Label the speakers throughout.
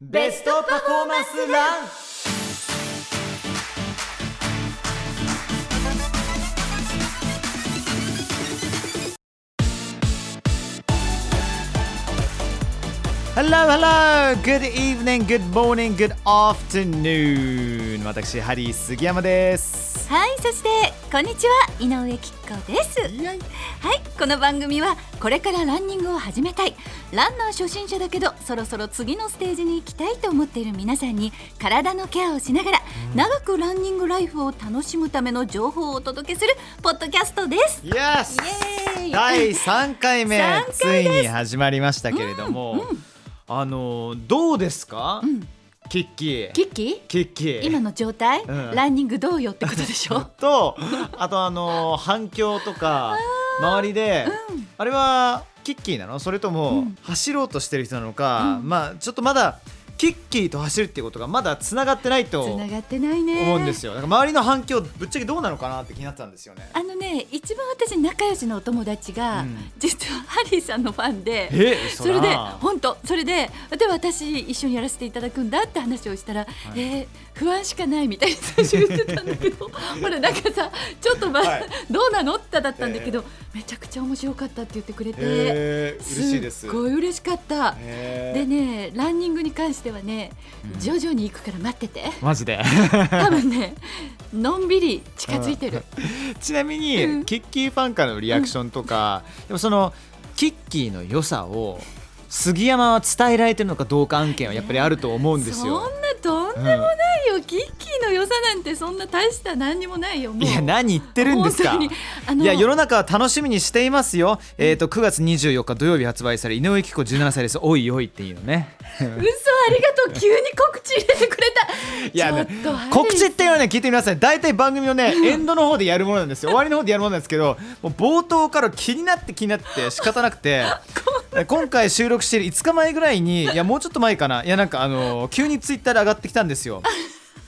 Speaker 1: ベストパフォーマンスランHello, hello! Good evening, good morning, good afternoon! 私、ハリー杉山です。
Speaker 2: はい、そしてこんにちは井上貴子です。はい、
Speaker 1: イエイ
Speaker 2: この番組はこれからランニングを始めたい、ランナー初心者だけどそろそろ次のステージに行きたいと思っている皆さんに体のケアをしながら長くランニングライフを楽しむための情報をお届けするポッドキャストです。
Speaker 1: Yes!
Speaker 2: イエーイ
Speaker 1: 第3回目
Speaker 2: 三回です
Speaker 1: ついに始まりましたけれども、あのどうですか、キッキー
Speaker 2: キッキ
Speaker 1: キッキー
Speaker 2: ー、今の状態、
Speaker 1: うん
Speaker 2: ランニングどうよってことでしょ
Speaker 1: とあとあの反響とか周りで、
Speaker 2: うん
Speaker 1: あれはキッキーなのそれとも走ろうとしてる人なのか、
Speaker 2: うん
Speaker 1: まあちょっとまだキッキーと走るっていうことがまだつながってないと
Speaker 2: つな
Speaker 1: 思
Speaker 2: がってないね。
Speaker 1: うんですよだから周りの反響ぶっちゃけどうなのかなって気になってたんですよね
Speaker 2: あのね一番私仲良しのお友達が、
Speaker 1: うん
Speaker 2: 実はハリーさんのファンで
Speaker 1: え
Speaker 2: そ
Speaker 1: そ
Speaker 2: れ
Speaker 1: ら
Speaker 2: で本当それでで私一緒にやらせていただくんだって話をしたら、
Speaker 1: い
Speaker 2: えー不安しかないみたいに最初言ってたんだけ どほらなんかさちょっと、まあ
Speaker 1: はい
Speaker 2: どうなのってだったんだけど、めちゃくちゃ面白かったって言ってくれて、
Speaker 1: えー、嬉しいです
Speaker 2: っごい嬉しかった。
Speaker 1: へー
Speaker 2: でねランニングに関してはね
Speaker 1: うん
Speaker 2: 徐々に行くから待ってて
Speaker 1: マジで
Speaker 2: 多 分ねのんびり近づいてる、
Speaker 1: ちなみに、
Speaker 2: うん
Speaker 1: キッキーファンからのリアクションとか、でもそのキッキーの良さを杉山は伝えられてるのかどうか案件はやっぱりあると思うんですよ
Speaker 2: そ。んなどん
Speaker 1: う
Speaker 2: なんないよキッキーの良さなんてそんな大した何にもないよもう
Speaker 1: いや何言ってるんですか
Speaker 2: 本当にあの
Speaker 1: いや世の中は楽しみにしていますよ、えー、と9月24日土曜日発売され井上貴子17歳ですおいおいっていうのね
Speaker 2: 嘘ありがとう急に告知入れてくれた
Speaker 1: いや
Speaker 2: ちょっ
Speaker 1: ね
Speaker 2: とあれ
Speaker 1: 告知っていうのはね聞いてみなさい大体番組の ねエンドの方でやるものなんですよ終わりの方でやるものなんですけどもう冒頭から気になって気になって仕方なく て今回収録している5日前ぐらいにいやもうちょっと前かないやなんかあの急にツイッターで上がってきたんです よ。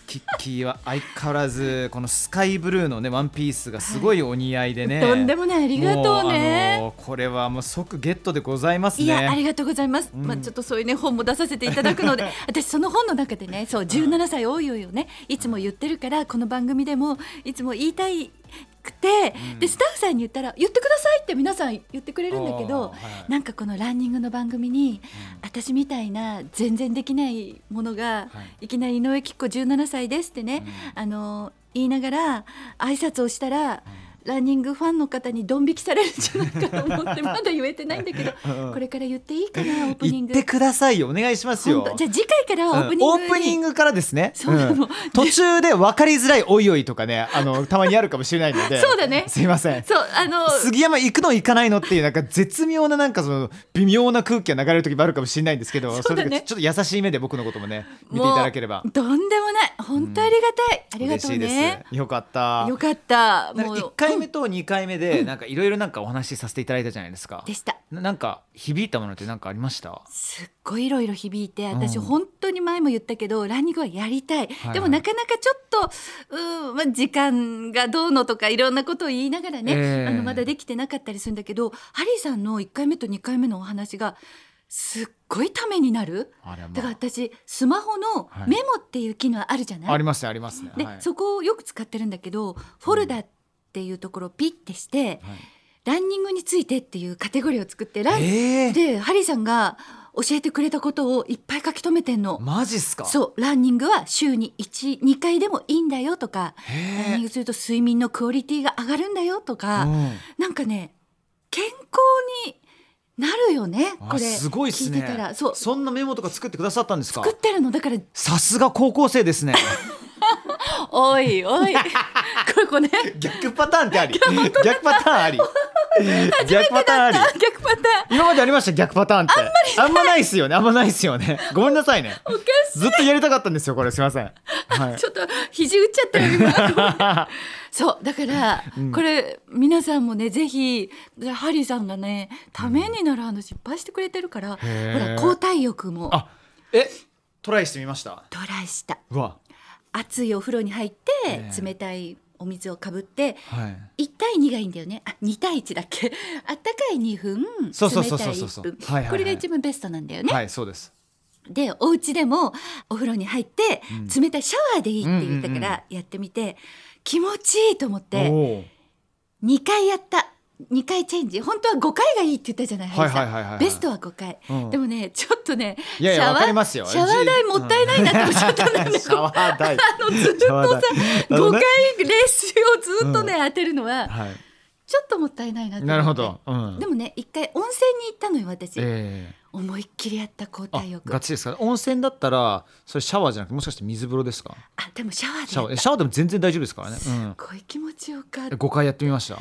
Speaker 1: キッキーは相変わらずこのスカイブルーのねワンピースがすごいお似合いでね、
Speaker 2: とんでもないありがとうね
Speaker 1: もうあのーこれはもう即ゲットでございますね
Speaker 2: いやありがとうございます、まあちょっとそういうね本も出させていただく ので私その本の中でねそう17歳多いよよねいつも言ってるからこの番組でもいつも言いたいくて、でスタッフさんに言ったら言ってくださいって皆さん言ってくれるんだけ
Speaker 1: あー
Speaker 2: ど、
Speaker 1: はい
Speaker 2: なんかこのランニングの番組に、私みたいな全然できないものが、、
Speaker 1: はい
Speaker 2: きなり井上貴子17歳ですってね、あの言いながら挨拶をしたら、ランニングファンの方にドン引きされるんじゃないか と思ってまだ言えてないんだけど
Speaker 1: うん
Speaker 2: これから言っていいかなオープニ
Speaker 1: 言
Speaker 2: ン
Speaker 1: っ
Speaker 2: グ
Speaker 1: てくださいよお願いしますよ
Speaker 2: 本当じゃあ次回からはオープニング
Speaker 1: うんオープニン
Speaker 2: グ
Speaker 1: グからですね
Speaker 2: そうなの
Speaker 1: ん途中で分かりづらいおいおいとかねあのたまにあるかもしれないので
Speaker 2: そうだね
Speaker 1: すいません
Speaker 2: そうあの
Speaker 1: 杉山行くの行かないのっていうなんか絶妙ななんかその微妙な空気が流れる時もあるかもしれないんですけど
Speaker 2: そうだね
Speaker 1: れちょっと優しい目で僕のこともね見ていただければ
Speaker 2: もうとんでもない本当ありがたい、ありが
Speaker 1: 嬉
Speaker 2: と
Speaker 1: し
Speaker 2: う
Speaker 1: いです、
Speaker 2: ね
Speaker 1: よかった
Speaker 2: よかった
Speaker 1: なん
Speaker 2: も
Speaker 1: か1
Speaker 2: う
Speaker 1: 回目と2回目でなんかいろいろなんかお話しさせていただいたじゃないですか
Speaker 2: でした
Speaker 1: ななんか響いたものってなんかありました
Speaker 2: すっごいいろいろ響いて私
Speaker 1: うん
Speaker 2: 本当に前も言ったけど、ランニングはやりたい、
Speaker 1: はい
Speaker 2: でもなかなかちょっとうん、まあ、時間がどうのとかいろんなことを言いながらね、
Speaker 1: ええ
Speaker 2: あのまだできてなかったりするんだけどハリーさんの1回目と2回目のお話がすっごいためになる。
Speaker 1: あれ、まあ
Speaker 2: だから私スマホの
Speaker 1: はい
Speaker 2: メモっていう機能あるじゃない、
Speaker 1: ありますねありますね
Speaker 2: で、
Speaker 1: はい
Speaker 2: そこをよく使ってるんだけどフォルダっていうところをピッてして、
Speaker 1: はい
Speaker 2: ランニングについてっていうカテゴリーを作ってラン、
Speaker 1: えー、
Speaker 2: でハリーさんが教えてくれたことをいっぱい書き留めてんの。
Speaker 1: マジっすか
Speaker 2: そうランニングは週に12回でもいいんだよとか
Speaker 1: へー
Speaker 2: ランニングすると睡眠のクオリティが上がるんだよとか、
Speaker 1: うん
Speaker 2: なんかね健康になるよね
Speaker 1: あ
Speaker 2: これ
Speaker 1: すごいっす
Speaker 2: 聞いてた
Speaker 1: ね
Speaker 2: らそう
Speaker 1: そんなメモとか作ってくださったんですか
Speaker 2: 作ってるのだから
Speaker 1: さすが高校生です ね
Speaker 2: おいお いこれこれね
Speaker 1: 逆パターンってあり逆パターンあり 逆パターンあり
Speaker 2: 逆パターン
Speaker 1: 今までありました逆パターンってあんまないっすよねあんまないっすよねごめんなさい ね
Speaker 2: おかしい
Speaker 1: ずっとやりたかったんですよこれすいませんはい
Speaker 2: ちょっと肘打っちゃったよ今ごめん そうだから、これ皆さんもねぜひハリーさんがねためになる話いっぱいしてくれてるから、
Speaker 1: へー
Speaker 2: ほら交代浴も
Speaker 1: あえトライしてみました
Speaker 2: トライした
Speaker 1: うわ
Speaker 2: 熱いお風呂に入っ
Speaker 1: え
Speaker 2: て
Speaker 1: え
Speaker 2: 冷たいお水をかぶって
Speaker 1: はい
Speaker 2: 1対2がいいんだよねあ2対1だっけ あったかい2分
Speaker 1: そうそうそ
Speaker 2: 冷
Speaker 1: う
Speaker 2: た
Speaker 1: そう
Speaker 2: い
Speaker 1: そうそう
Speaker 2: 1分
Speaker 1: はいはいはい
Speaker 2: これが一番ベストなんだよね、
Speaker 1: はいそうです
Speaker 2: でお家でもお風呂に入って
Speaker 1: うん
Speaker 2: 冷たいシャワーでいいって言ったか
Speaker 1: うんうん
Speaker 2: らやってみて気持ちいいと思って
Speaker 1: おー
Speaker 2: 2回やった2回チェンジ本当は5回がいいって言ったじゃない
Speaker 1: はいはい
Speaker 2: 林
Speaker 1: はいはいは
Speaker 2: さ
Speaker 1: い
Speaker 2: んベストは5回
Speaker 1: うん
Speaker 2: でもねちょっとね
Speaker 1: いやい
Speaker 2: シャ
Speaker 1: や
Speaker 2: ワー
Speaker 1: わかりますよ
Speaker 2: シャワー代もったいないなって おっしゃったんだよね
Speaker 1: シャワー代
Speaker 2: あのずっと
Speaker 1: シャワー
Speaker 2: さ
Speaker 1: 代なるほど
Speaker 2: 5回
Speaker 1: ね
Speaker 2: 練習をずっとね当てるのは
Speaker 1: は
Speaker 2: ちょっともったいないな
Speaker 1: い
Speaker 2: と思って
Speaker 1: なるほどうん
Speaker 2: でもね一回温泉に行ったのよ私
Speaker 1: ええ
Speaker 2: 思いっきりやった交
Speaker 1: あ
Speaker 2: 代浴
Speaker 1: ガチですか温泉だったらそれシャワーじゃなくてもしかして水風呂ですか
Speaker 2: あでもシャワーで
Speaker 1: シャワ
Speaker 2: や
Speaker 1: ー
Speaker 2: っ
Speaker 1: シャワーでも全然大丈夫ですからね、うん
Speaker 2: たすっごい気持ちよかっ
Speaker 1: え、
Speaker 2: た
Speaker 1: 5回やってみました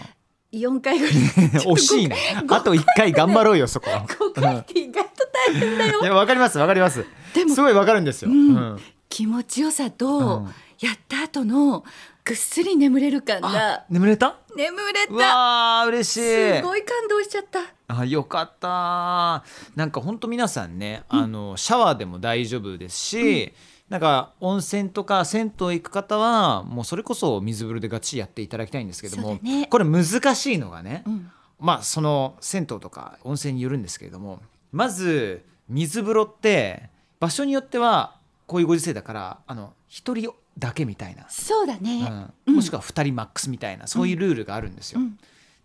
Speaker 2: 4回ぐら い
Speaker 1: 惜しいねあと1回頑張ろうよ そこは
Speaker 2: 5回って意外と大変だよ
Speaker 1: いやわかりますわかります
Speaker 2: でも
Speaker 1: すごいわかるんですよ、
Speaker 2: うん
Speaker 1: うん
Speaker 2: 気持ちよさと、
Speaker 1: うん
Speaker 2: やった後のぐっすり眠れる感
Speaker 1: あ
Speaker 2: が
Speaker 1: 眠れた
Speaker 2: 眠れ
Speaker 1: う
Speaker 2: た
Speaker 1: わー嬉しい
Speaker 2: すごい感動しちゃった
Speaker 1: あよかったなんか本当皆さんね、あのシャワーでも大丈夫ですし、なんか温泉とか銭湯行く方はもうそれこそ水風呂でガチやっていただきたいんですけど
Speaker 2: そう
Speaker 1: も、
Speaker 2: だね
Speaker 1: これ難しいのがね、
Speaker 2: うん
Speaker 1: まあその銭湯とか温泉によるんですけれどもまず水風呂って場所によってはこういうご時世だからあの一人だけみたいな、
Speaker 2: そうだね、
Speaker 1: うん、もしくは二人マックスみたいなそういうルールがあるんですよ。
Speaker 2: うん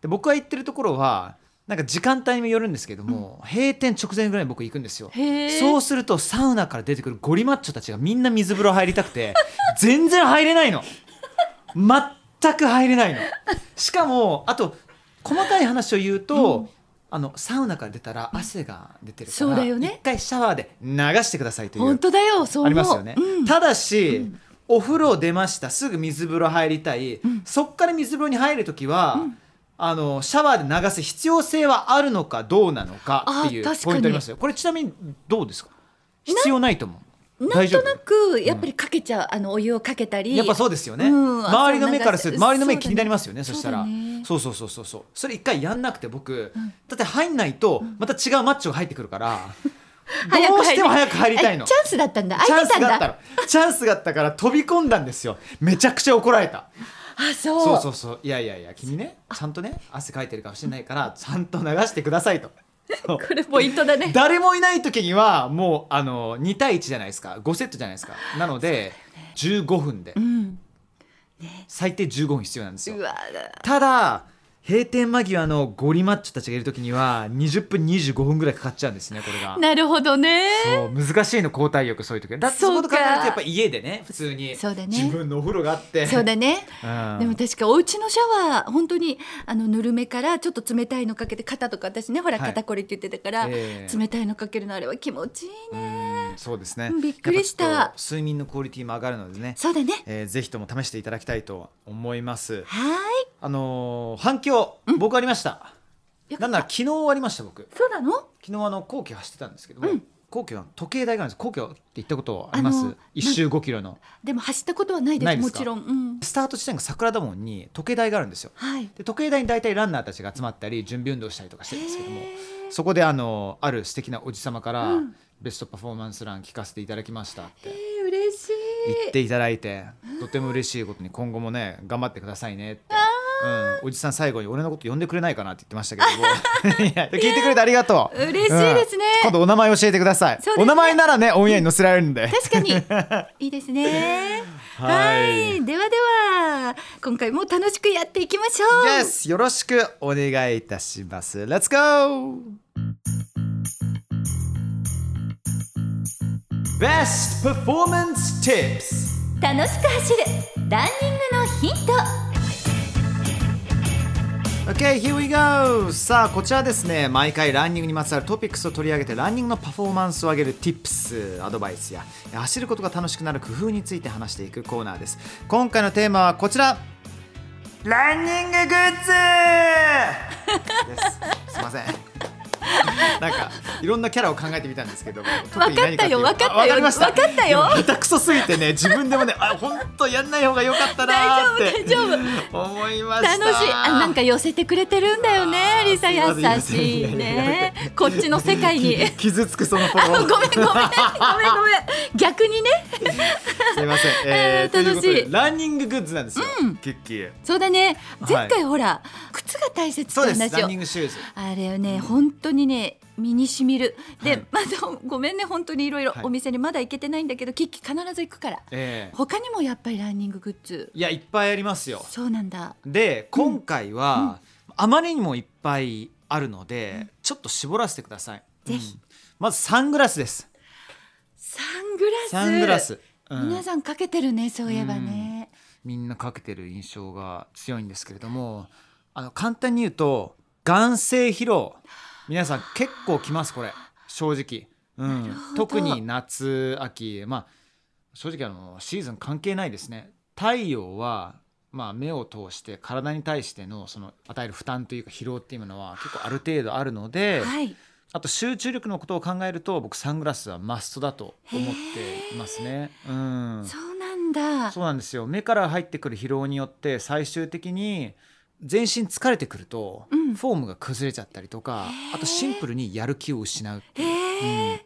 Speaker 1: で僕が行ってるところはなんか時間帯にもよるんですけども、閉店直前ぐらいに僕行くんですよ
Speaker 2: へえ
Speaker 1: そうするとサウナから出てくるゴリマッチョたちがみんな水風呂入りたく て全然入れないの全く入れないのしかもあと細かい話を言うと、あのサウナから出たら汗が出てるか
Speaker 2: そう
Speaker 1: ら
Speaker 2: だ
Speaker 1: 一、
Speaker 2: よね
Speaker 1: 回シャワーで流してくださいという
Speaker 2: 本当だよそう思う
Speaker 1: ありますよね、
Speaker 2: うん
Speaker 1: ただし、お風呂出ましたすぐ水風呂入りたい、そっから水風呂に入る時は、あのシャワーで流す必要性はあるのかどうなのかっていう
Speaker 2: あー確かに
Speaker 1: ポイントありますよこれちなみにどうですか必要ないと思う
Speaker 2: なんと
Speaker 1: 大
Speaker 2: な
Speaker 1: 丈
Speaker 2: くやっぱりかけちゃう、あのお湯をかけたり
Speaker 1: 夫やっぱそうですよね、
Speaker 2: うん
Speaker 1: 周りの目からすると周
Speaker 2: そうなん
Speaker 1: り
Speaker 2: か
Speaker 1: の目気になりますよね
Speaker 2: そ
Speaker 1: そう
Speaker 2: だね
Speaker 1: したら
Speaker 2: そ
Speaker 1: そうそ
Speaker 2: うだね
Speaker 1: うそうそうそうそれ一回やんなくて僕、だって入んないとまた違うマッチョが入ってくるから、
Speaker 2: 早く入り
Speaker 1: どうしても早く入りたいの
Speaker 2: あチャンスだったんだ
Speaker 1: チャ
Speaker 2: 空い
Speaker 1: ン
Speaker 2: て
Speaker 1: ス
Speaker 2: たん
Speaker 1: があ
Speaker 2: だ
Speaker 1: ったのチャンスがあったから飛び込んだんですよめちゃくちゃ怒られた
Speaker 2: あ
Speaker 1: そ
Speaker 2: そう
Speaker 1: うそうそういやいやいや君ねちゃんとね汗かいてるかもしれないからちゃんと流してくださいとそう
Speaker 2: これポイントだね
Speaker 1: 誰もいない時にはもうあの2対1じゃないですか5セットじゃないですかなので15分で
Speaker 2: うん
Speaker 1: 最低15分必要なんですよ
Speaker 2: うわ
Speaker 1: ただ閉店間際のゴリマッチョたちがいる時には20分25分ぐらいかかっちゃうんですねこれが
Speaker 2: なるほどね
Speaker 1: そう難しいの交代力そういう時はだってそういうこと考えるとやっぱ家でね普通に
Speaker 2: そうだね
Speaker 1: 自分のお風呂があって
Speaker 2: そうだね
Speaker 1: うん
Speaker 2: でも確かお家のシャワー本当にあのぬるめからちょっと冷たいのかけて肩とか私ねほら
Speaker 1: はい
Speaker 2: 肩こりって言ってたから、
Speaker 1: ええ
Speaker 2: 冷たいのかけるのあれは気持ちいいね
Speaker 1: うんそうですね
Speaker 2: うんびっくりした
Speaker 1: やっぱちょっと睡眠のクオリティも上がるのでね、
Speaker 2: そうだね
Speaker 1: えー、ぜひとも試していただきたいと思います
Speaker 2: は
Speaker 1: あのー反響僕ありました、
Speaker 2: ーいよか
Speaker 1: な
Speaker 2: っ
Speaker 1: んなら
Speaker 2: た
Speaker 1: 昨日ありました僕
Speaker 2: そうなの
Speaker 1: 昨日あの皇居走ってたんですけども、皇居は時計台があるんです皇居って行ったことありま
Speaker 2: あの
Speaker 1: す一周5キロの
Speaker 2: でも走ったことはないです
Speaker 1: ないです
Speaker 2: も
Speaker 1: か
Speaker 2: ちろん、うん、
Speaker 1: スタート地点が桜田門に時計台があるんですよ
Speaker 2: はい
Speaker 1: で時計台に大体ランナーたちが集まったり準備運動したりとかしてるんですけども
Speaker 2: へ
Speaker 1: そこであのある素敵なおじさまから、
Speaker 2: うん
Speaker 1: ベストパフォーマンスラン聞かせていただきましたって
Speaker 2: えー、嬉しい
Speaker 1: 言っていただいてとても嬉しいことに今後もね頑張ってくださいねって、うん、おじさん最後に俺のこと呼んでくれないかなって言ってましたけど もいや聞いてくれてありがとう
Speaker 2: 嬉しいですね
Speaker 1: 今度お名前教えてください、
Speaker 2: そうですね
Speaker 1: お名前ならねオンエアに載せられるんで
Speaker 2: 確か にいいですねは
Speaker 1: はいい
Speaker 2: ではでは今回も楽しくやっていきましょう
Speaker 1: Yes よろしくお願いいたします Let's go Best Performance Tips
Speaker 2: 楽しく走るランニングのヒント
Speaker 1: OK, here we go! さあ、こちらですね、毎回ランニングにまつわるトピックスを取り上げて、ランニングのパフォーマンスを上げる tips、アドバイスや、走ることが楽しくなる工夫について話していくコーナーです。今回のテーマはこちら、ランニンググッズです。すいません。 なんか、いろんなキャラを考えてみたんですけども、特に何いう
Speaker 2: わかったよわかったよ
Speaker 1: あわかりました。
Speaker 2: わかった
Speaker 1: で
Speaker 2: よ
Speaker 1: も下手くそすぎてね、自分でもね、あ、本当やんない方が良かったなーって
Speaker 2: 大丈夫大
Speaker 1: 思いました。
Speaker 2: 楽しいあなんか寄せてくれてるんだよね
Speaker 1: あー
Speaker 2: リサ
Speaker 1: すいません
Speaker 2: 優しい
Speaker 1: いやいやいや
Speaker 2: ねこっちの世 界に
Speaker 1: 傷つくそのフォロ
Speaker 2: ごめ
Speaker 1: ー
Speaker 2: んごめんごめんごめん逆にね
Speaker 1: すいません、えー
Speaker 2: えー楽しい
Speaker 1: とうことでランニンググッズなんですよ、キッキー
Speaker 2: そうだね
Speaker 1: はい
Speaker 2: 前回ほら、靴が大切
Speaker 1: そう
Speaker 2: っ
Speaker 1: で
Speaker 2: て
Speaker 1: す
Speaker 2: 話
Speaker 1: ラ
Speaker 2: を
Speaker 1: ンニングシューズ
Speaker 2: あれよね本当ににね身にしみるで、まあでもごめんね本当にいろいろ
Speaker 1: はい
Speaker 2: お店にまだ行けてないんだけど、キッキ必ず行くから
Speaker 1: ええ
Speaker 2: 他にもやっぱりランニンググッズ
Speaker 1: いやいっぱいありますよ
Speaker 2: そうなんだ
Speaker 1: で今回は、あまりにもいっぱいあるので、ちょっと絞らせてください
Speaker 2: ぜひ
Speaker 1: うんまずサングラスです
Speaker 2: サングラス
Speaker 1: サングラス、うん
Speaker 2: 皆さんかけてるねそういえばね、
Speaker 1: みんなかけてる印象が強いんですけれどもあの簡単に言うと眼性疲労皆さん結構きますこれ正直、うん
Speaker 2: なるほど
Speaker 1: 特に夏秋まあ正直あのシーズン関係ないですね太陽はまあ目を通して体に対してのその与える負担というか疲労っていうものは結構ある程度あるので、
Speaker 2: はい
Speaker 1: あと集中力のことを考えると僕サングラスはマストだと思っていますね。うん、
Speaker 2: そうなんだ
Speaker 1: そうなんですよ目から入ってくる疲労によって最終的に全身疲れてくると、
Speaker 2: うん
Speaker 1: フォームが崩れちゃったりとか
Speaker 2: へー
Speaker 1: あとシンプルにやる気を失うって
Speaker 2: へ
Speaker 1: いう、
Speaker 2: え、
Speaker 1: うん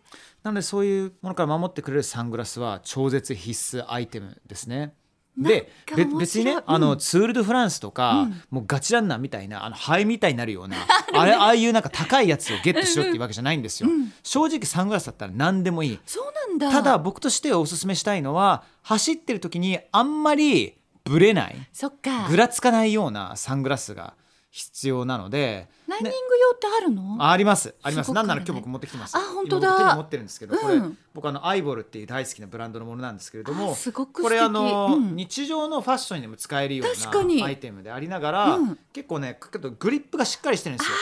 Speaker 1: なのでそういうものから守ってくれるサングラスは超絶必須アイテムですね。で
Speaker 2: な
Speaker 1: べ
Speaker 2: んか面白い
Speaker 1: 別にね、
Speaker 2: うん
Speaker 1: あのツール・ド・フランスとか、
Speaker 2: うん
Speaker 1: もうガチランナーみたいなあのハエみたいになるよ うなあれああいうなんか高いやつをゲットしろっていうわけじゃないんですよ。
Speaker 2: うん
Speaker 1: 正直サングラスだったら何でもいい
Speaker 2: そうなんだ
Speaker 1: ただ僕としておすすめしたいのは走ってる時にあんまりブレない
Speaker 2: そっか
Speaker 1: ぐらつかないようなサングラスが必要なので
Speaker 2: ランニン
Speaker 1: ね
Speaker 2: グ用ってあるの、
Speaker 1: あありますあります
Speaker 2: すごく
Speaker 1: なんなら
Speaker 2: ある
Speaker 1: 今
Speaker 2: ね
Speaker 1: 日僕持ってきてます
Speaker 2: あ本当だ
Speaker 1: 今僕手に持ってるんですけどこれ
Speaker 2: うん
Speaker 1: 僕あのアイボルっていう大好きなブランドのものなんですけれども
Speaker 2: あすごく素敵
Speaker 1: これあの
Speaker 2: うん
Speaker 1: 日常のファッションにも使えるよ
Speaker 2: 確か
Speaker 1: う
Speaker 2: に
Speaker 1: なアイテムでありながら
Speaker 2: うん
Speaker 1: 結構ねちょっとグリップがしっかりしてるんですよ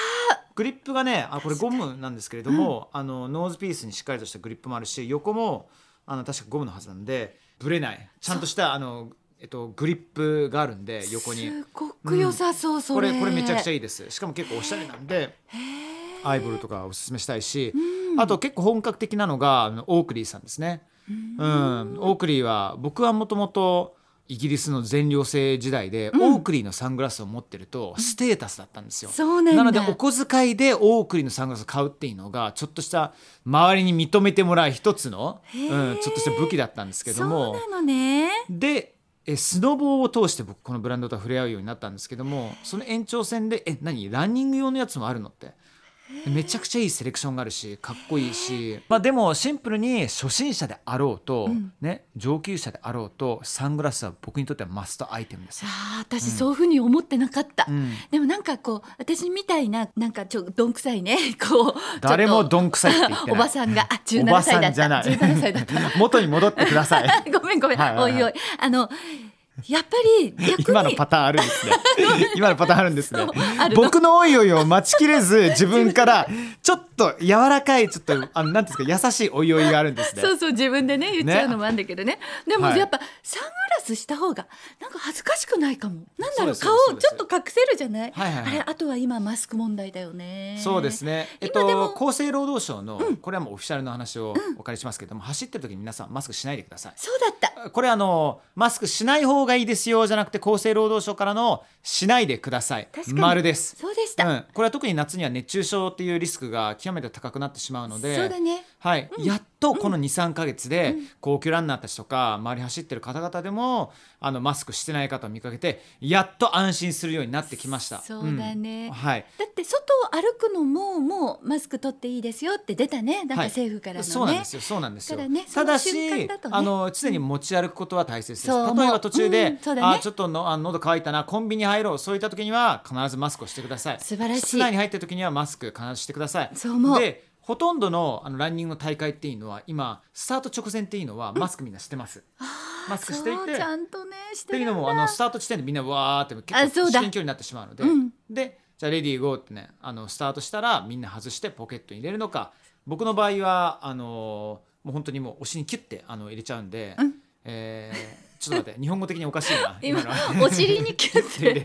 Speaker 1: グリップがねあこれゴムなんですけれども、あのノーズピースにしっかりとしたグリップもあるし横もあの確かゴムのはずなんでぶれないちゃんとしたあの、えっと、グリップがあるんで横に
Speaker 2: すごく良さそう、そ
Speaker 1: こ
Speaker 2: れ
Speaker 1: れこれめちゃくちゃ
Speaker 2: いい
Speaker 1: いいですしかも結構おしゃれなんで
Speaker 2: へー
Speaker 1: アイボルとかおすすめしたいし、
Speaker 2: うん
Speaker 1: あと結構本格的なのがあのオークリーさんですね。うん、オークリーは僕はもともとイギリスの全寮制時代で、オークリーのサングラスを持ってるとステータスだったんですよ。
Speaker 2: そうなんだ
Speaker 1: のでお小遣いでオークリーのサングラスを買うっていうのがちょっとした周りに認めてもらう一つの、
Speaker 2: へ
Speaker 1: う
Speaker 2: ー
Speaker 1: ん、ちょっとした武器だったんですけども。
Speaker 2: そうなのね
Speaker 1: でえスノボーを通して僕このブランドとは触れ合うようになったんですけどもその延長戦で「え何ランニング用のやつもあるの?」ってめちゃくちゃいいセレクションがあるしかっこいいし、まあ、でもシンプルに初心者であろうと、
Speaker 2: ん
Speaker 1: ね、上級者であろうとサングラスは僕にとってはマストアイテムです
Speaker 2: さ。あ私そういうふうに思ってなかった、
Speaker 1: うん
Speaker 2: でもなんかこう私みたいななんかちょどんくさいね こう
Speaker 1: 誰も
Speaker 2: ん
Speaker 1: どんくさいって言って
Speaker 2: お
Speaker 1: な
Speaker 2: ば
Speaker 1: い。
Speaker 2: さんがあ
Speaker 1: お
Speaker 2: 17
Speaker 1: ばさ
Speaker 2: 歳だ
Speaker 1: ん
Speaker 2: っ
Speaker 1: じゃ
Speaker 2: た
Speaker 1: ない
Speaker 2: 17歳だ った
Speaker 1: 元に戻ってください。
Speaker 2: ごめんごめん、
Speaker 1: はいはいはい
Speaker 2: おいおいあのやっぱり逆 に
Speaker 1: 今のパターンあるん ですね。今のパターンあるんですね
Speaker 2: そうあ。るの
Speaker 1: 僕のおいおいを待ちきれ ず、自分からちょっと柔らかい、ちょっと、あの、なんていうんですか、優しいおいおいがあるんですね。
Speaker 2: そうそう自分でね言っちゃうのもあるんだけどねでも
Speaker 1: はい
Speaker 2: やっぱサングラスした方がなんか恥ずかしくないかもなんだ
Speaker 1: そう
Speaker 2: ろ
Speaker 1: で
Speaker 2: う
Speaker 1: す
Speaker 2: 顔
Speaker 1: そう
Speaker 2: を
Speaker 1: で
Speaker 2: ち
Speaker 1: す
Speaker 2: ょっと隠せるじゃない
Speaker 1: はいはいはい
Speaker 2: あれあとは今マスク問題だよね
Speaker 1: そうですね。えっ
Speaker 2: 今でも
Speaker 1: と、厚生労働省の、これはもうオフィシャルの話をお借りしますけども、走ってる時皆さんマスクしないでください。
Speaker 2: そうだった
Speaker 1: これあのマスクしない方がいいですよじゃなくて厚生労働省からのしないでください
Speaker 2: 確かに
Speaker 1: 丸です
Speaker 2: そうでした、
Speaker 1: うん、これは特に夏には熱中症っていうリスクが極めて高くなってしまうので
Speaker 2: そうだね
Speaker 1: はい、やっとこの23か月で高級ランナーたちとか周り走ってる方々でもあのマスクしてない方を見かけてやっと安心するようになってきました
Speaker 2: そうだね
Speaker 1: んはい
Speaker 2: だって外を歩くのももうマスク取っていいですよって出たねなんか
Speaker 1: はい
Speaker 2: 政府からのね、
Speaker 1: そうなんですよそうなんですよ
Speaker 2: からね
Speaker 1: ただ
Speaker 2: その瞬
Speaker 1: し
Speaker 2: 間だとね
Speaker 1: あの常に持ち歩くことは大切です
Speaker 2: そう思う
Speaker 1: 例えば途中
Speaker 2: う
Speaker 1: で
Speaker 2: んそうだね
Speaker 1: あちょっとのあ喉乾いたなコンビニ入ろうそういった時には必ずマスクをしてください
Speaker 2: 素晴らしい
Speaker 1: 室内に入った時にはマスク必ずしてください
Speaker 2: そう思う
Speaker 1: でほとんどのあのランニングの大会っていうのは今スタート直前っていうのはマスクみんなしてます、マスクしてい
Speaker 2: そう
Speaker 1: て
Speaker 2: ちゃんとねし
Speaker 1: って
Speaker 2: て
Speaker 1: いう
Speaker 2: る
Speaker 1: の
Speaker 2: ん
Speaker 1: も
Speaker 2: だ
Speaker 1: あのスタート地点でみんなわーって
Speaker 2: あ
Speaker 1: 結
Speaker 2: そ
Speaker 1: 構
Speaker 2: うだ
Speaker 1: 至近距離になってしまうので、
Speaker 2: うん
Speaker 1: でじゃあレディーゴーってねあのスタートしたらみんな外してポケットに入れるのか僕の場合はあのもう本当にもうお尻にキュッてあの入れちゃうんで、
Speaker 2: うん
Speaker 1: えーちょっと待って日本語的におかしいな
Speaker 2: 今
Speaker 1: のは
Speaker 2: お尻に キュッてで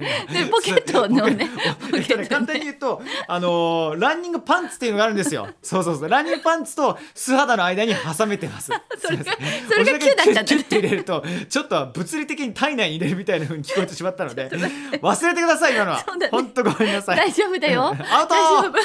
Speaker 2: ポケットのねポケット
Speaker 1: 簡単
Speaker 2: ね
Speaker 1: に言うと、あのーランニングパンツっていうのがあるんですよ。そうそうそう、ランニングパンツと素肌の間に挟めてます。
Speaker 2: それが
Speaker 1: すいません
Speaker 2: それが
Speaker 1: お尻
Speaker 2: キュッだったんだね
Speaker 1: キュッキュッて入れると、ちょっと物理的に体内に入れるみたいな風に聞こえてしまったの で、忘れてください今のは
Speaker 2: そうだね。
Speaker 1: 本当、ごめんなさい。
Speaker 2: 大丈夫 だよ
Speaker 1: アウト
Speaker 2: 大丈夫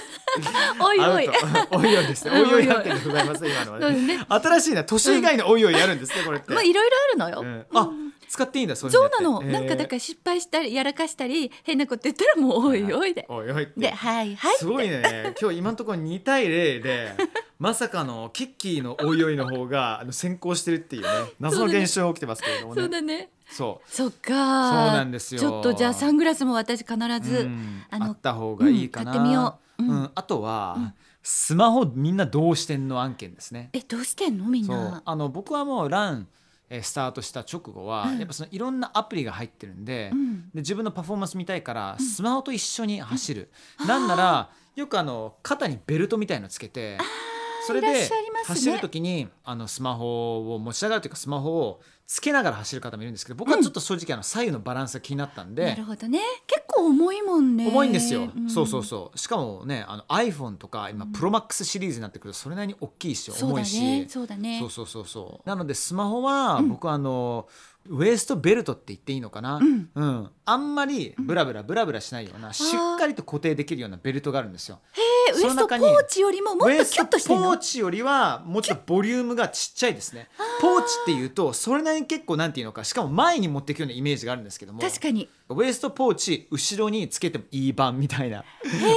Speaker 2: おいおい
Speaker 1: アウトおいおいですね。おいおいなんてございます今のは、
Speaker 2: そうね
Speaker 1: 新しいな、年以外のおいおいやるんですねこれって。
Speaker 2: まあいろいろあるのよ、
Speaker 1: うんあ、使っていいんだそういう
Speaker 2: そ
Speaker 1: の
Speaker 2: う
Speaker 1: ってえ
Speaker 2: なの、
Speaker 1: ー
Speaker 2: なんかだから失敗したりやらかしたり変なこと言ったらもうおいおいで、
Speaker 1: おいおいって
Speaker 2: ではいはい
Speaker 1: すごいね今日今のところ2対0で まさかのキッキーのおいおいの方があの先行してるっていうね謎の現象が起きてますけれども
Speaker 2: そ
Speaker 1: ね
Speaker 2: うだね
Speaker 1: そ
Speaker 2: そっか
Speaker 1: そうなんですよ
Speaker 2: ちょっとじゃあサングラスも私必
Speaker 1: う
Speaker 2: ず、
Speaker 1: うん
Speaker 2: あの
Speaker 1: あった方がいいかな、
Speaker 2: うん買ってみよううん
Speaker 1: んあとは、
Speaker 2: うん
Speaker 1: スマホみんなどうしてんの案件ですね
Speaker 2: えどうしてんのみん
Speaker 1: そう
Speaker 2: な
Speaker 1: あの僕はもう LAN えースタートした直後は、
Speaker 2: うん
Speaker 1: やっぱそのいろんなアプリが入ってるんで,、で
Speaker 2: うん
Speaker 1: 自分のパフォーマンス見たいからスマホと一緒に走る、なんならよくあの肩にベルトみたいのつけてそれで
Speaker 2: いらっしゃいますね
Speaker 1: 走る時にあのスマホを持ち上がるというかスマホをつけながら走る方もいるんですけど僕はちょっと正直あの左右のバランスが気になったん
Speaker 2: な
Speaker 1: で
Speaker 2: る。ほどね結構重いもんね
Speaker 1: 重いんですよ、
Speaker 2: ん
Speaker 1: そうそうそうしかもねあの iPhone とか今 ProMax シリーズになってくるとそれなりに大きいし
Speaker 2: そう
Speaker 1: 重
Speaker 2: だ
Speaker 1: いし
Speaker 2: ねそうだね
Speaker 1: そうそうそうそうなのでスマホは僕はあの、ウエストベルトって言っていいのかな、
Speaker 2: うん
Speaker 1: あんまりブラブラブラブラしないような、しっかりと固定できるようなベルトがあるんですよ。
Speaker 2: えウエストポーチよりもも
Speaker 1: ウ
Speaker 2: っと
Speaker 1: エ
Speaker 2: キュ
Speaker 1: ス
Speaker 2: ッと
Speaker 1: ト
Speaker 2: してん
Speaker 1: ポー
Speaker 2: の
Speaker 1: チよりはもうちょっとボリュームがちっちゃいですねポーチっていうとそれなりに結構なんていうのかしかも前に持っていくようなイメージがあるんですけども
Speaker 2: 確かに
Speaker 1: ウエストポーチ後ろにつけてもいい版みたいな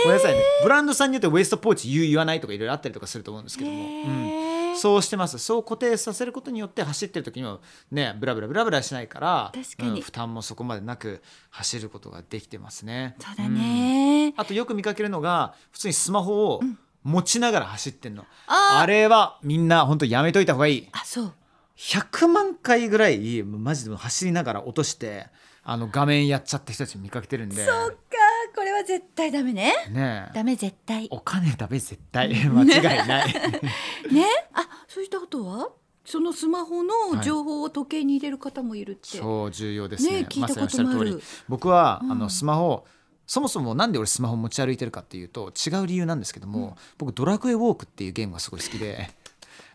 Speaker 1: ごめんなさいねブランドさんによってウエストポーチ言う言わないとかいろいろあったりとかすると思うんですけども、うん
Speaker 2: へー
Speaker 1: そうしてますそう固定させることによって走ってる時にもねブラブラブラブラしないから
Speaker 2: 確かに
Speaker 1: 負担もそこまでなく走ることができてますね。
Speaker 2: そうだ
Speaker 1: うん
Speaker 2: ね、
Speaker 1: あとよく見かけるのが普通にスマホを持ちながら走ってんの、
Speaker 2: あー
Speaker 1: あれはみんな本当やめといた方がいい
Speaker 2: あそう
Speaker 1: 100万回ぐらいマジで走りながら落としてあの画面やっちゃった人たち見かけてるんで
Speaker 2: そっかこれは絶対ダメね
Speaker 1: ねえ
Speaker 2: ダメ絶対
Speaker 1: お金だべ絶 対間違いない
Speaker 2: ねあそうしたことはそのスマホの情報を時計に入れる方もいるって、
Speaker 1: そう重要ですね
Speaker 2: ねえ聞いたこともある
Speaker 1: まさにおっしゃ通り僕は、
Speaker 2: うん
Speaker 1: あのスマホそもそもなんで俺スマホ持ち歩いてるかっていうと違う理由なんですけども、僕ドラクエウォークっていうゲームがすごい好きで。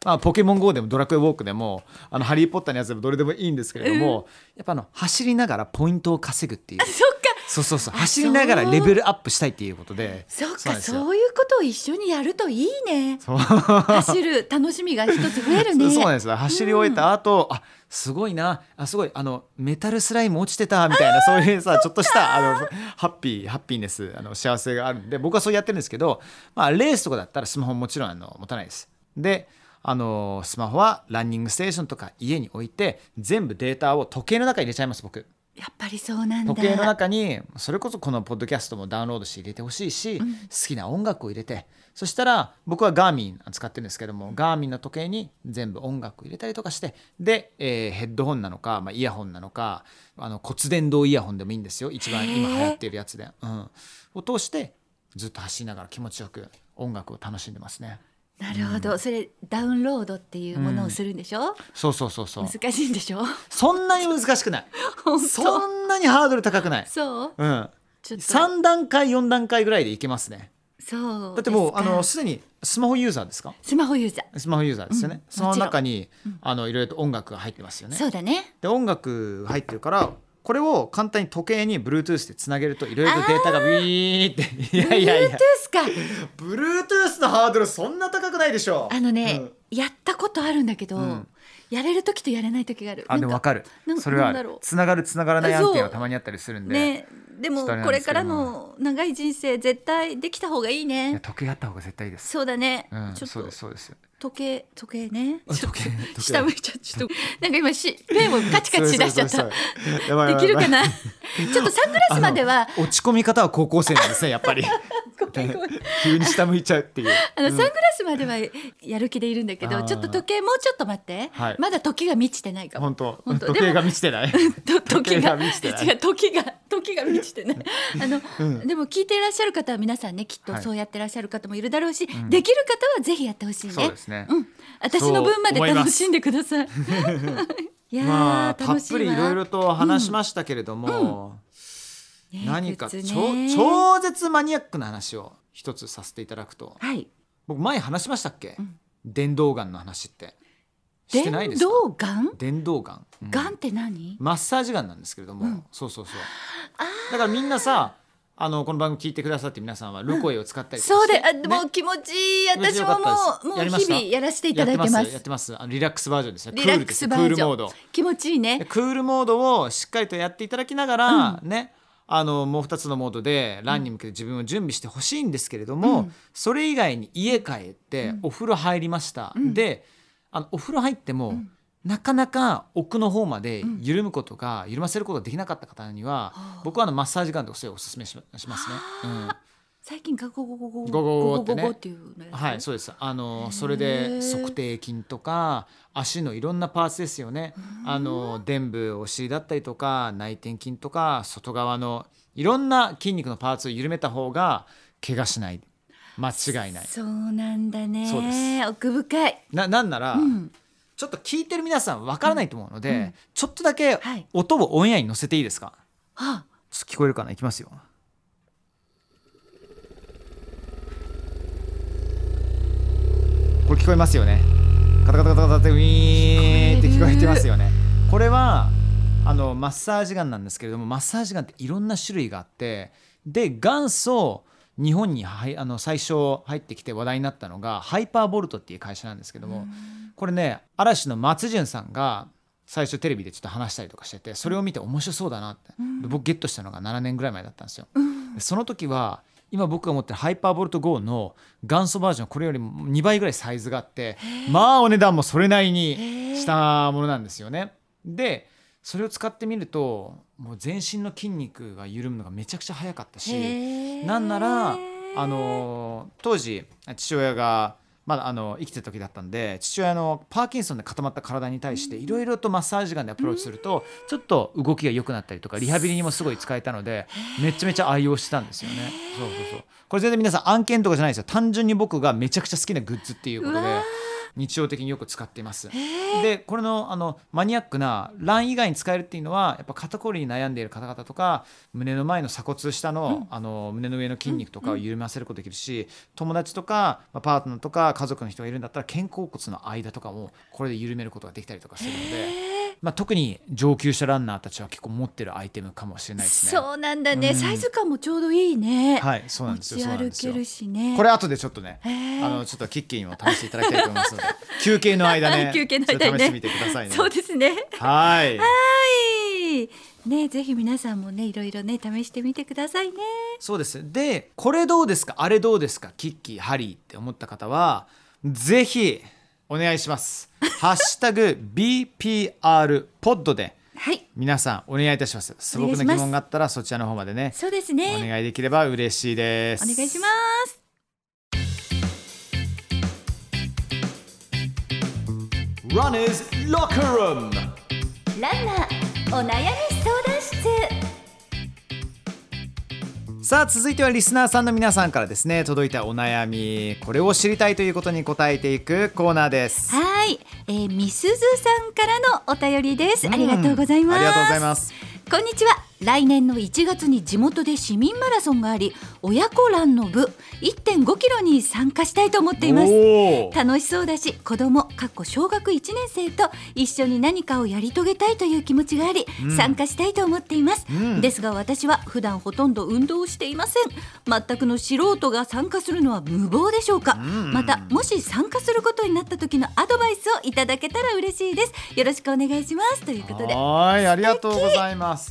Speaker 1: まあ、ポケモン GO でもドラクエウォークでも「あのハリー・ポッター」のやつでもどれでもいいんですけれども、やっぱあの走りながらポイントを稼ぐっていう
Speaker 2: そっか
Speaker 1: そうそうそう
Speaker 2: あ
Speaker 1: 走りながらレベルアップしたいっていうことで
Speaker 2: そっ
Speaker 1: うなん
Speaker 2: か
Speaker 1: ですよ
Speaker 2: そういうことを一緒にやるといいね
Speaker 1: そう
Speaker 2: 走る楽しみが一つ増える ね
Speaker 1: そうなんですよ走り終えた後、あすごいなあすごいあのメタルスライム落ちてたみたいなそういうさちょっとしたあのハッピーハッピーネスあの幸せがあるんで僕はそうやってるんですけど、まあ、レースとかだったらスマホもちろんあの持たないです。であのスマホはランニングステーションとか家に置いて全部データを時計の中に入れちゃいます僕。
Speaker 2: やっぱりそうなんだ
Speaker 1: 時計の中にそれこそこのポッドキャストもダウンロードして入れてほしいし、
Speaker 2: ん
Speaker 1: 好きな音楽を入れてそしたら僕はガーミン使ってるんですけどもガーミンの時計に全部音楽を入れたりとかしてで、えーヘッドホンなのか、まあ、イヤホンなのかあの骨伝導イヤホンでもいいんですよ一番今流行っているやつで、うん、を通してずっと走りながら気持ちよく音楽を楽しんでますね。
Speaker 2: なるほど、それダウンロードっていうものをするんでしょ、
Speaker 1: そうそうそうそう
Speaker 2: 難しいんで しょ
Speaker 1: そんなに難しくない
Speaker 2: 本
Speaker 1: そんなにハードル高くない、
Speaker 2: そう
Speaker 1: うん、
Speaker 2: ちょっと
Speaker 1: 3段階4段階ぐらいでいけますね。
Speaker 2: そう
Speaker 1: だってもう
Speaker 2: ですか
Speaker 1: あのすでにスマホユーザーですか
Speaker 2: スマホユーザー、
Speaker 1: スマホユーザーですよね、
Speaker 2: うん
Speaker 1: その中に、あのいろいろと音楽が入ってますよね
Speaker 2: そうだね
Speaker 1: で音楽入ってるからこれを簡単に時計に Bluetooth でつなげるといろいろとデータがビーっていやいやい
Speaker 2: Bluetooth
Speaker 1: や
Speaker 2: か
Speaker 1: Bluetooth のハードルそんな高くないでしょ
Speaker 2: あのね、やったことあるんだけど、
Speaker 1: うん
Speaker 2: やれる時とやれない時がある
Speaker 1: あでも分
Speaker 2: なんか
Speaker 1: かる
Speaker 2: なん
Speaker 1: それはあ
Speaker 2: なんだ
Speaker 1: る
Speaker 2: ろう
Speaker 1: つながるつながらない案件
Speaker 2: そ
Speaker 1: は
Speaker 2: う
Speaker 1: たまにあったりするんで、
Speaker 2: ねでも
Speaker 1: ちょっとあれなん
Speaker 2: こ
Speaker 1: で
Speaker 2: れ
Speaker 1: す
Speaker 2: か
Speaker 1: けど
Speaker 2: らの長い人生絶対できた方がい
Speaker 1: い
Speaker 2: い
Speaker 1: や
Speaker 2: ね
Speaker 1: 時計あった方が絶対いいです、
Speaker 2: そうだね、
Speaker 1: うん、
Speaker 2: ちょっ
Speaker 1: そう
Speaker 2: と
Speaker 1: ですそうです
Speaker 2: 時計時計ね
Speaker 1: あ 時計
Speaker 2: ちょっ
Speaker 1: 時
Speaker 2: と
Speaker 1: 計
Speaker 2: 下向いちゃってちょっとなんか今しペンをカチカチ出しちゃっ
Speaker 1: そうそう
Speaker 2: た
Speaker 1: そうそうやばいやばい
Speaker 2: でき
Speaker 1: や
Speaker 2: る
Speaker 1: ばい
Speaker 2: かなちょっとサングラスまでは
Speaker 1: あの落ち込み方は高校生なんですねやっぱり
Speaker 2: ごめんごめん
Speaker 1: 急に下向いちゃうっていう
Speaker 2: あのサングラスまではやる気でいるんだけ
Speaker 1: あ
Speaker 2: ど
Speaker 1: ー
Speaker 2: ちょっと時計もうちょっと待って、
Speaker 1: はい
Speaker 2: まだ時が満ちてないかも
Speaker 1: 本当
Speaker 2: 本当
Speaker 1: 時計が満ちてない
Speaker 2: と時が
Speaker 1: 時計が満ちてない
Speaker 2: 違う時が時が満ち てないあの、
Speaker 1: うん
Speaker 2: でも聞いていらっしゃる方は皆さんねきっと
Speaker 1: はい
Speaker 2: そうやってらっしゃる方もいるだろうし、
Speaker 1: ん
Speaker 2: できる方はぜひやってほしいね
Speaker 1: そうですね
Speaker 2: ん、私の分まで
Speaker 1: そう思います
Speaker 2: 楽しんでくださいいやー、
Speaker 1: まあた
Speaker 2: 楽
Speaker 1: っ
Speaker 2: しい
Speaker 1: ぷ
Speaker 2: わ
Speaker 1: りいろいろと話しましたけれども、
Speaker 2: ね
Speaker 1: 何か
Speaker 2: グ
Speaker 1: 超
Speaker 2: ッズね
Speaker 1: 超絶マニアックな話を一つさせていただくと
Speaker 2: はい
Speaker 1: 僕前話しましたっけ、
Speaker 2: うん
Speaker 1: 電動ガンの話ってしてない
Speaker 2: 電
Speaker 1: ですか
Speaker 2: 動ガン
Speaker 1: 電動ガン、うん
Speaker 2: ガンって何
Speaker 1: マッサージガンなんですけれども、
Speaker 2: うん
Speaker 1: そうそうそう
Speaker 2: あ
Speaker 1: だからみんなさあのこの番組聞いてくださって皆さんはルコイを使ったりとか
Speaker 2: そう
Speaker 1: して
Speaker 2: で、あでも
Speaker 1: ね
Speaker 2: 気持ちいい。
Speaker 1: 気持ち
Speaker 2: 私
Speaker 1: よか
Speaker 2: も
Speaker 1: っ
Speaker 2: もう
Speaker 1: たです
Speaker 2: も
Speaker 1: や
Speaker 2: う
Speaker 1: りま
Speaker 2: 日
Speaker 1: した
Speaker 2: 々やらせていただいてま
Speaker 1: やっ
Speaker 2: す
Speaker 1: て。ますあのリラックスバージョンですね
Speaker 2: リラックスバ
Speaker 1: クー
Speaker 2: ー
Speaker 1: ルで
Speaker 2: ジ
Speaker 1: すクールモー
Speaker 2: ョ
Speaker 1: ド。
Speaker 2: ン気持ちいいね。
Speaker 1: クールモードをしっかりとやっていただきながら、ねあのもう2つのモードでランに向けて自分を準備してほしいんですけれども、それ以外に家帰ってお風呂入りました、であのお風呂入っても、なかなか奥の方まで緩むことが、緩ませることができなかった方には、僕はあのマッサージガンでおすすめししますね。うん
Speaker 2: 最近ガゴゴゴゴゴ
Speaker 1: ゴゴゴゴってね
Speaker 2: ゴゴゴっていうのやってる
Speaker 1: はい、そうです。あ
Speaker 2: へー
Speaker 1: のそれで測定筋とか足のいろんなパーツですよね。あの臀部、お尻だったりとか内転筋とか外側のいろんな筋肉のパーツを緩めた方が怪我しない、間違いない。
Speaker 2: そうなんだね。
Speaker 1: そうです
Speaker 2: 奥深い。
Speaker 1: ななんなら、
Speaker 2: うん。
Speaker 1: ちょっと聞いてる皆さんわからないと思うので、
Speaker 2: うんうん
Speaker 1: ちょっとだけ
Speaker 2: はい
Speaker 1: 音をオンエアに乗せていいですか。
Speaker 2: は
Speaker 1: ちょっと聞こえるかな。いきますよ。これ聞こえますよね。カタカタカタカタってウィーンって聞こえてますよね。これはあのマッサージガンなんですけれども、マッサージガンっていろんな種類があって、で元祖日本にはいあの最初入ってきて話題になったのがハイパーボルトっていう会社なんですけども、これね嵐の松潤さんが最初テレビでちょっと話したりとかしててそれを見て面白そうだなって、で僕ゲットしたのが7年ぐらい前だったんですよ。でその時は今僕が持ってるハイパーボルト GO の元祖バージョンこれよりも2倍ぐらいサイズがあってまあお値段もそれなりにしたものなんですよね。でそれを使ってみるともう全身の筋肉が緩むのがめちゃくちゃ早かった
Speaker 2: あ。
Speaker 1: し
Speaker 2: へー
Speaker 1: なんならあ。の当時父親がまだあの生きてた時だったんで父親のパーキンソンで固まった体に対していろいろとマッサージガンでアプローチするとちょっと動きが良くなったりとかリハビリにもすごい使えたのでめちゃめちゃ愛用してたんですよね。そうそうそうこれ全然皆さん案件とかじゃないですよ単純に僕がめちゃくちゃ好きなグッズっていうこと
Speaker 2: うわー
Speaker 1: で日常的によく使っています。でこれのあのマニアックなラン以外に使えるっていうのはやっぱ肩こりに悩んでいる方々とか胸の前の鎖骨下の,、あの胸の上の筋肉とかを緩ませることできるし、友達とかまあパートナーとか家族の人がいるんだったら肩甲骨の間とかもこれで緩めることができたりとかするので。まあ、特に上級者ランナーたちは結構持ってるアイテムかもしれないですね。
Speaker 2: そうなんだね、
Speaker 1: うん
Speaker 2: サイズ感もちょうどいいね。
Speaker 1: はい、そうなんですよ。
Speaker 2: 持ち
Speaker 1: そうなん
Speaker 2: 歩
Speaker 1: ですよ
Speaker 2: けるしね。
Speaker 1: これ後でちょっとね、
Speaker 2: へー、
Speaker 1: あのちょっとキッキーにも試していただきたいと思いますので、休憩の間ね
Speaker 2: 休憩の間にね
Speaker 1: ちょっと試してみてくださいね。
Speaker 2: そうですね。
Speaker 1: はい。
Speaker 2: はい。ね、ぜひ皆さんもね、いろいろね、試してみてくださいね。
Speaker 1: そうです。で、これどうですか、あれどうですか、キッキー、ハリーって思った方は、ぜひお願いし ます。ハッシュタグ BPR ポッドで
Speaker 2: はい。
Speaker 1: 皆さんお願いいたします。素朴
Speaker 2: お願い
Speaker 1: な
Speaker 2: します
Speaker 1: 疑問があったらそちらの方までね、
Speaker 2: そうです
Speaker 1: お
Speaker 2: ね。
Speaker 1: 願いできれば嬉しいです。
Speaker 2: お願いします。
Speaker 1: す。Runners Locker Room。
Speaker 2: ランナー、お悩み相談室。
Speaker 1: さあ続いてはリスナーさんの皆さんからですね届いたお悩みこれを知りたいということに答えていくコーナーです
Speaker 2: はい、えー、みすずさんからのお便りです。ありがとうございます。
Speaker 1: ありがとうございます
Speaker 2: こんにちは来年の1月に地元で市民マラソンがあり親子ランの部1.5キロに参加したいと思っています
Speaker 1: おー
Speaker 2: 楽しそうだし子供かっこ小学1年生と一緒に何かをやり遂げたいという気持ちがあり、
Speaker 1: うん
Speaker 2: 参加したいと思っています、
Speaker 1: うん
Speaker 2: ですが私は普段ほとんど運動をしていません全くの素人が参加するのは無謀でしょうか、
Speaker 1: ん
Speaker 2: またもし参加することになった時のアドバイスをいただけたら嬉しいですよろしくお願いしますということで
Speaker 1: はーいありがとうございます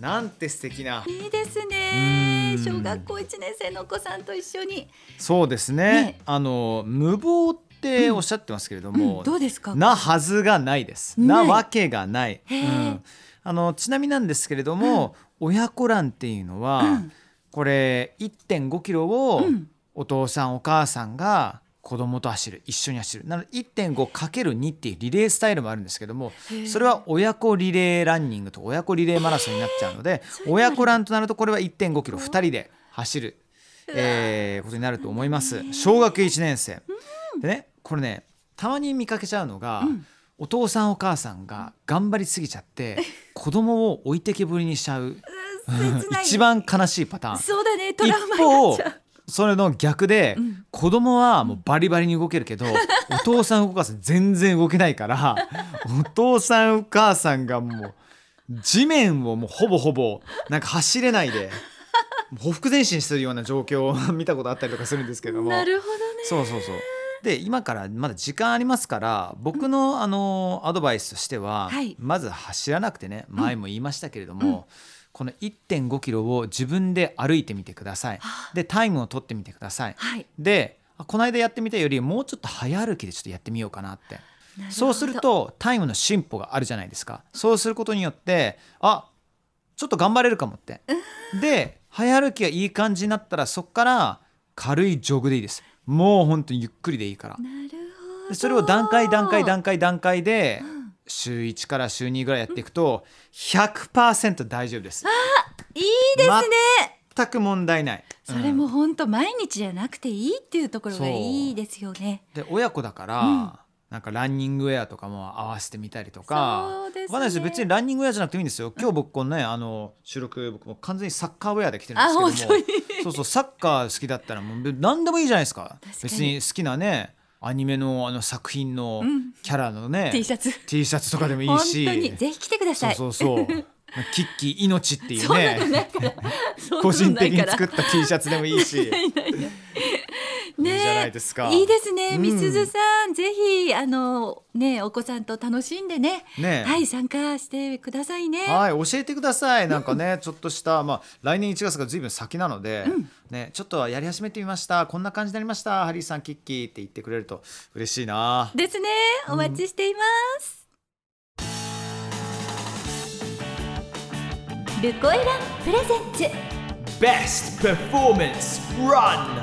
Speaker 1: なんて素敵ない
Speaker 2: いですね
Speaker 1: うん
Speaker 2: 小学校1年生のお子さんと一緒に、
Speaker 1: そうですね
Speaker 2: ね
Speaker 1: あの無謀っておっしゃってますけれども、
Speaker 2: うんどうですか
Speaker 1: なはずがないです
Speaker 2: な
Speaker 1: ないわけがない、う
Speaker 2: へー
Speaker 1: ん、あのちなみなんですけれども、親子欄っていうのは、
Speaker 2: うん
Speaker 1: これ1.5キロを
Speaker 2: うん
Speaker 1: お父さんお母さんが子供と走る一緒に走るなので 1.5×2 っていうリレースタイルもあるんですけども
Speaker 2: ー
Speaker 1: それは親子リレーランニングと親子リレーマラソンになっちゃうので
Speaker 2: そういうのある
Speaker 1: 親子ランとなるとこれは1 5キロ2人で走る、えーことになると思います小学1年生でねこれねたまに見かけちゃうのが、お父さんお母さんが頑張りすぎちゃ って子供を置いてけぼりにしちゃう
Speaker 2: 切な い
Speaker 1: 一番悲しいパターン
Speaker 2: そうだねト
Speaker 1: 一
Speaker 2: ラウマになっ
Speaker 1: 方
Speaker 2: ちゃう
Speaker 1: それの逆で、
Speaker 2: うん
Speaker 1: 子供はもうバリバリに動ける けど、お父さんお母さん全然動けないからお父さんお母さんがもう地面をもうほぼほぼなんか走れないでほふく前進するような状況を 見たことあったりとかするんですけども
Speaker 2: なるほどね
Speaker 1: そうそうそうで今からまだ時間ありますから僕のあのアドバイスとしては、
Speaker 2: はい
Speaker 1: まず走らなくてね前も言いましたけれども、この1 5キロを自分で歩いてみてください
Speaker 2: は
Speaker 1: でタイムを取ってみてください
Speaker 2: はい
Speaker 1: であこの間やってみたよりもうちょっと早歩きでちょっとやってみようかなって
Speaker 2: なほど
Speaker 1: そうするとタイムの進歩があるじゃないですかそうすることによってあちょっと頑張れるかもってで早歩きがいい感じになったらそこから軽いジョグでいいですもう本当にゆっくりでいいから
Speaker 2: なるほど
Speaker 1: でそれを段階段階
Speaker 2: 階、
Speaker 1: 段階段階で
Speaker 2: うん
Speaker 1: 週1から週2ぐらいやっていくと100%大丈夫です
Speaker 2: いいですね、
Speaker 1: 全く問題ない、うん
Speaker 2: それも本当毎日じゃなくていいっていうところがいいですよね
Speaker 1: で親子だから、
Speaker 2: うん
Speaker 1: なんかランニングウェアとかも合わせてみたりと
Speaker 2: そ
Speaker 1: か
Speaker 2: うですね
Speaker 1: わかんないですよ別にランニングウェアじゃなくてもいいんですよ今日僕このねあの収録僕もう完全にサッカーウェアで来てるんで
Speaker 2: あ
Speaker 1: すけども
Speaker 2: 本当に
Speaker 1: そうそうサッカー好きだったらもう何でもいいじゃないですか
Speaker 2: 確かに
Speaker 1: 別に好きなねアニメのあの作品の
Speaker 2: うん
Speaker 1: キャラのね、
Speaker 2: T シャツ
Speaker 1: T シャツとかでもいい
Speaker 2: 本
Speaker 1: し
Speaker 2: 当にぜひ来てくだ
Speaker 1: そ
Speaker 2: さ
Speaker 1: う
Speaker 2: い
Speaker 1: そうそうキッキー命っていう
Speaker 2: そんなの
Speaker 1: ね
Speaker 2: ないからそんな の
Speaker 1: 個人的に
Speaker 2: ないから
Speaker 1: 作った T シャツでもいい し
Speaker 2: ねえ
Speaker 1: いいじゃないですか
Speaker 2: いいですね、
Speaker 1: うん
Speaker 2: みすずさん、ぜひあのねお子さんと楽しんでね、
Speaker 1: ね
Speaker 2: はい参加してくださいね。
Speaker 1: はい、教えてください。なんかね、ちょっとした、まあ、来年1月がずいぶん先なので、ね、ちょっとやり始めてみました。こんな感じになりました。ハリーさん、キッキーって言ってくれると嬉しいな。
Speaker 2: ですね、お待ちしています。ルコイランプレゼンツ。
Speaker 1: Best Performance Run!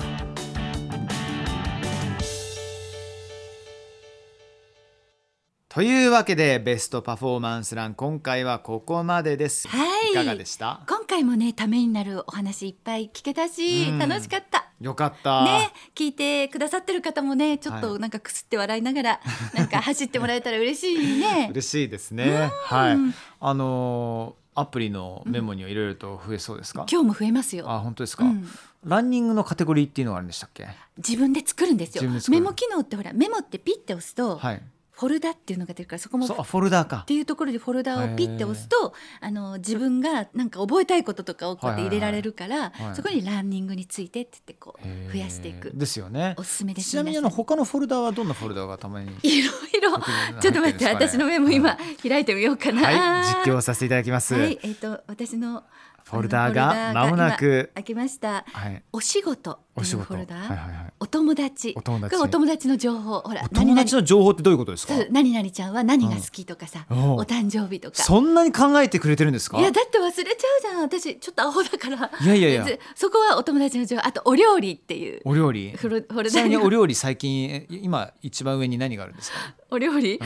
Speaker 1: というわけで、ベストパフォーマンスラン、今回はここまでです。
Speaker 2: はい
Speaker 1: いかがでした
Speaker 2: 今回もねためになるお話いっぱい聞けたし、
Speaker 1: うん
Speaker 2: 楽しかった。
Speaker 1: よかった。
Speaker 2: ね、聞いてくださってる方もねちょっ
Speaker 1: は
Speaker 2: となんかくすって笑いながら、なんか走ってもらえたら嬉しいね
Speaker 1: 嬉しいですね。はい。あのーアプリのメモにはいろいろと増えそうですか。
Speaker 2: 今日も増えますよ
Speaker 1: あ本当ですか、
Speaker 2: うん
Speaker 1: ランニングのカテゴリーっていうのがあるんでしたっけ。
Speaker 2: 自分で作るんですよ
Speaker 1: 自分で作
Speaker 2: メ
Speaker 1: る
Speaker 2: モ機能ってほらメモってピッて押すと、
Speaker 1: はい。
Speaker 2: フォルダっていうのが出るからそこも
Speaker 1: そう
Speaker 2: っ
Speaker 1: あフォルダーか。
Speaker 2: ていうところでフォルダをピッて押すとあの自分がなんか覚えたいこととかをこうやって入れられるから、
Speaker 1: はいはい
Speaker 2: そこにランニングについてって言ってこ
Speaker 1: へ
Speaker 2: う
Speaker 1: ー
Speaker 2: 増やしていく
Speaker 1: ですよね
Speaker 2: お。すすめです
Speaker 1: ちなみにあの
Speaker 2: 皆さん
Speaker 1: 他のフォルダーはどんなフォルダーがたまに。
Speaker 2: いろいろちょっと待って、私のメモ今開いてみようかな、
Speaker 1: はい実況させていただきます。
Speaker 2: はいえっ、と私の
Speaker 1: フォルダーが
Speaker 2: あのフ
Speaker 1: 間
Speaker 2: ォルダー
Speaker 1: もなく
Speaker 2: 今開けました
Speaker 1: はい。
Speaker 2: お仕事って
Speaker 1: お
Speaker 2: い
Speaker 1: 仕
Speaker 2: う
Speaker 1: 事。
Speaker 2: フォルダー、
Speaker 1: はいはいはい。
Speaker 2: お友達
Speaker 1: お友達
Speaker 2: がお友達の情報ほら
Speaker 1: お友達の情報ってどういうことですか
Speaker 2: 何。々何々ちゃんは何が好きとかさ、
Speaker 1: うん
Speaker 2: お誕生日とか
Speaker 1: そんなに考えてくれてるんですか。
Speaker 2: いやだって忘れちゃうじゃん私ちょっとアホだから
Speaker 1: いやいやいや
Speaker 2: ずそこはお友達の情報あとお料理っていう
Speaker 1: お料理。
Speaker 2: フォルフォル
Speaker 1: ち
Speaker 2: ダ
Speaker 1: なみ
Speaker 2: に
Speaker 1: にお
Speaker 2: お
Speaker 1: 料理最近え今一番上に何があるんですか。
Speaker 2: 料理、
Speaker 1: ん
Speaker 2: お料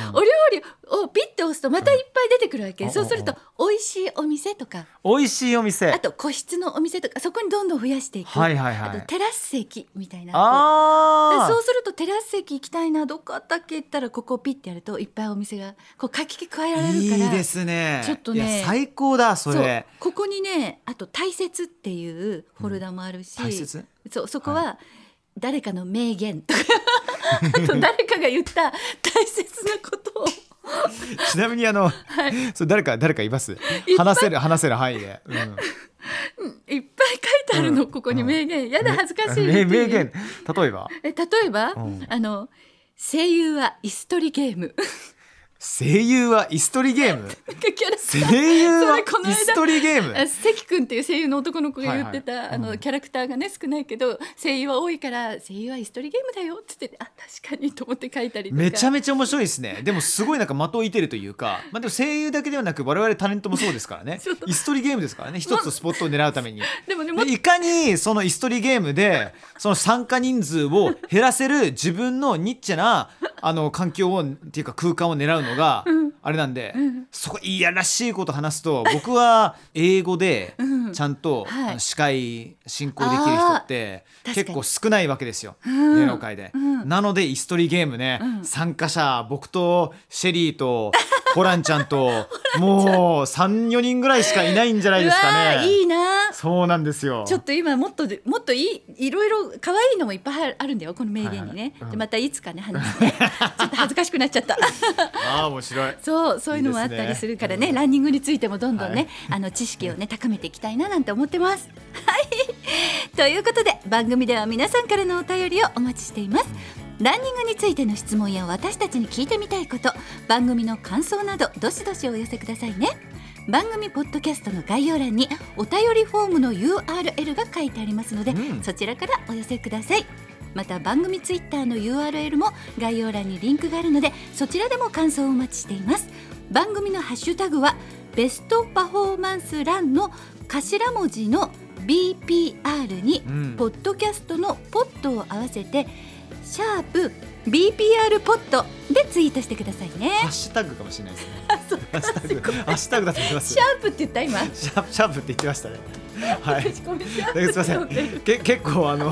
Speaker 2: 理をピッて押すとまたいっぱい出てくるわけ、
Speaker 1: うん
Speaker 2: そうすると美味しいお店とか
Speaker 1: 美味しいお店。
Speaker 2: あと個室のお店とかそこにどんどん増やしていく、
Speaker 1: はいはい
Speaker 2: あ
Speaker 1: は
Speaker 2: と
Speaker 1: い。
Speaker 2: テラス席みたいなで
Speaker 1: ああ。
Speaker 2: そうするとテラス席行きたいなどこあったっけ言ったらここをピッてやるといっぱいお店がこう書き加えられるから
Speaker 1: いいですね。
Speaker 2: ちょっとね
Speaker 1: いや最高だそ
Speaker 2: そう
Speaker 1: れ。
Speaker 2: ここにねあと「大切」っていうフォルダもあるし、
Speaker 1: 大切。
Speaker 2: そうそこは誰かの名言とか あと誰かが言った大切なことを
Speaker 1: ちなみにあの、そう誰か誰かいます。話せる話せる範囲で。うん
Speaker 2: いっぱい書いてあるの、
Speaker 1: うん
Speaker 2: ここに名言、やだ恥ずかしい
Speaker 1: 名名言例えば
Speaker 2: え例えば、
Speaker 1: うん
Speaker 2: あの声優は椅子取りゲーム
Speaker 1: 声優は椅子取りゲーム。
Speaker 2: キャラ
Speaker 1: 声優は
Speaker 2: それこの間
Speaker 1: 椅子取りゲーム。
Speaker 2: あ関君っていう声優の男の子が言ってた、
Speaker 1: はいはい
Speaker 2: あ
Speaker 1: う
Speaker 2: の
Speaker 1: ん
Speaker 2: キャラクターがね少ないけど声優は多いから声優は椅子取りゲームだよって言ってあ確かにと思って書いたりとか
Speaker 1: めちゃめ
Speaker 2: めち
Speaker 1: ちゃ面白いですね。でもすごいなんか的を射てるというか、まあでも声優だけではなく我々タレントもそうです からね
Speaker 2: そう。
Speaker 1: 椅子取りゲームですからね。一つスポットを狙うために。
Speaker 2: ゃでもねもっ
Speaker 1: でいかにその椅子取りゲームでその参加人数を減らせる自分のニッチェなあの環境をっていうか空間を狙うのがあれなんで、そこいやらしいこと話すと僕は英語で
Speaker 2: うん
Speaker 1: ちゃんと、
Speaker 2: はい
Speaker 1: あの司会進行できる人って
Speaker 2: あー
Speaker 1: 結構少ないわけですよ
Speaker 2: ん
Speaker 1: 芸能界で、
Speaker 2: うん
Speaker 1: なので椅子取りゲームね、
Speaker 2: うん
Speaker 1: 参加者僕とシェリーとホランちゃんともう34人ぐらいしかいないんじゃないですか
Speaker 2: うわ
Speaker 1: ね
Speaker 2: ーいいな
Speaker 1: そうなんですよ
Speaker 2: ちょっと今もっとでもっといいいろいろ可愛いのもいっぱいあるんだよこの名言にね、
Speaker 1: はいはいうん
Speaker 2: でまたいつかね話してね ちょっと恥ずかしくなっちゃった
Speaker 1: ああ面白い
Speaker 2: そうそういうのもあったりするからね
Speaker 1: いいですね
Speaker 2: ランニングについてもどんどんね、
Speaker 1: はい
Speaker 2: あの知識をね高めていきたいななんて思ってます。はいということで番組では皆さんからのお便りをお待ちしています。ランニングについての質問や私たちに聞いてみたいこと番組の感想などどしどしお寄せくださいね。番組ポッドキャストの概要欄にお便りフォームの URL が書いてありますので、
Speaker 1: うん
Speaker 2: そちらからお寄せください。また番組ツイッターの URL も概要欄にリンクがあるのでそちらでも感想をお待ちしています番組のハッシュタグはベストパフォーマンスランの頭文字の BPR に
Speaker 1: うん
Speaker 2: ポッドキャストのポットを合わせてシャープ BPR ポットでツイートしてくださいね
Speaker 1: ハッシュタグかもしれないです ねハッシュタグハッシュタグだと思います
Speaker 2: シャープって言った今
Speaker 1: シャープシャープって言ってましたねはい
Speaker 2: 私ごめんシャ
Speaker 1: す
Speaker 2: ープって
Speaker 1: いませ
Speaker 2: 呼
Speaker 1: ん
Speaker 2: んでる
Speaker 1: け結構あの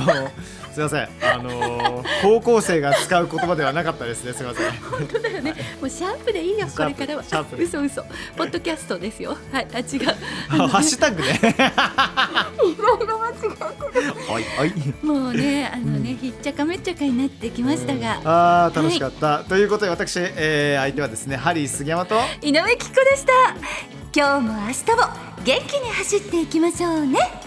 Speaker 1: すいませんあの高校生が使う言葉ではなかったですねすいません
Speaker 2: 本当だよねもうシャープでいいよ
Speaker 1: シ
Speaker 2: こ
Speaker 1: ャー
Speaker 2: れ
Speaker 1: プ
Speaker 2: からは
Speaker 1: シャープ
Speaker 2: 嘘嘘ポッドキャストですよはいあ違う
Speaker 1: あハッシュタグね
Speaker 2: いろいろ間違えてる
Speaker 1: はいはい
Speaker 2: もうね、あのね、ひっちゃかめっちゃかになってきましたが、
Speaker 1: あー楽しかった、ということで私、えー、相手はですねハリー杉山と
Speaker 2: 井上貴子でした。今日も明日も元気に走っていきましょうね。